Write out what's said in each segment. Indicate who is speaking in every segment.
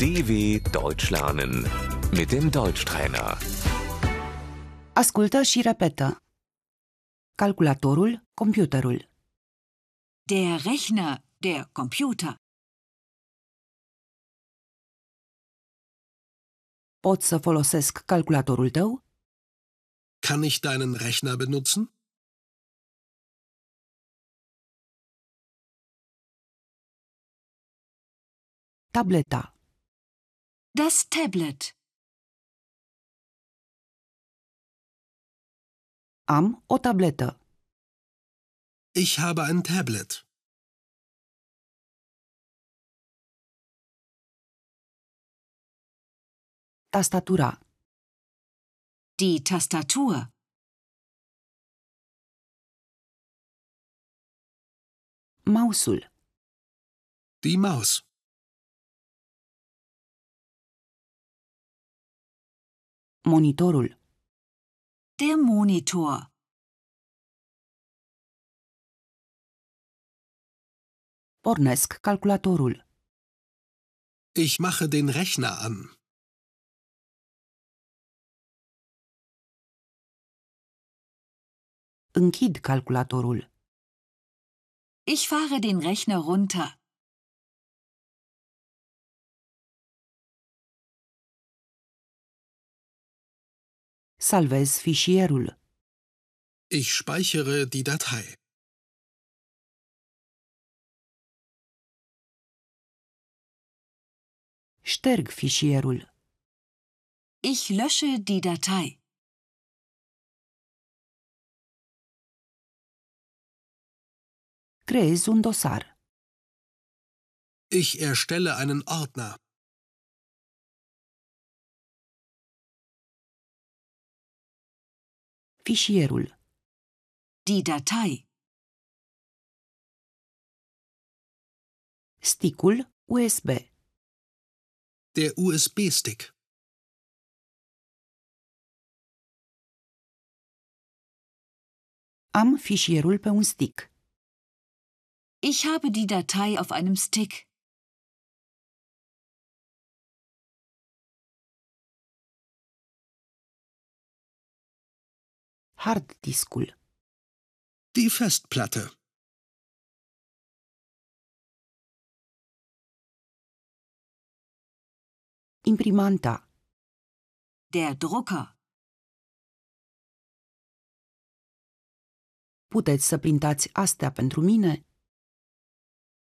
Speaker 1: DW Deutsch lernen mit dem Deutschtrainer.
Speaker 2: Ascultă și repetă. Calculatorul, computerul.
Speaker 3: Der Rechner, der Computer.
Speaker 2: Pot să folosesc calculatorul tău?
Speaker 4: Kann ich deinen Rechner benutzen?
Speaker 2: Tableta.
Speaker 3: Das Tablet.
Speaker 2: Am o tabletă.
Speaker 4: Ich habe ein Tablet.
Speaker 2: Tastatura.
Speaker 3: Die Tastatur.
Speaker 2: Mausul.
Speaker 4: Die Maus.
Speaker 2: Monitorul.
Speaker 3: Der Monitor.
Speaker 2: Pornesc calculatorul.
Speaker 4: Ich mache den Rechner an.
Speaker 2: Închid calculatorul.
Speaker 3: Ich fahre den Rechner runter.
Speaker 2: Salvez fișierul.
Speaker 4: Ich speichere die Datei.
Speaker 2: Șterg fișierul.
Speaker 3: Ich lösche die Datei.
Speaker 2: Creez un dosar.
Speaker 4: Ich erstelle einen Ordner.
Speaker 2: Fișierul.
Speaker 3: Die Datei.
Speaker 2: Sticul USB.
Speaker 4: Der USB-Stick.
Speaker 2: Am fișierul pe un stick.
Speaker 3: Ich habe die Datei auf einem Stick.
Speaker 2: Harddiscul.
Speaker 4: Die Festplatte.
Speaker 2: Imprimanta.
Speaker 3: Der Drucker.
Speaker 2: Puteți să printați astea pentru mine?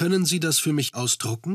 Speaker 4: Können Sie das für mich ausdrucken?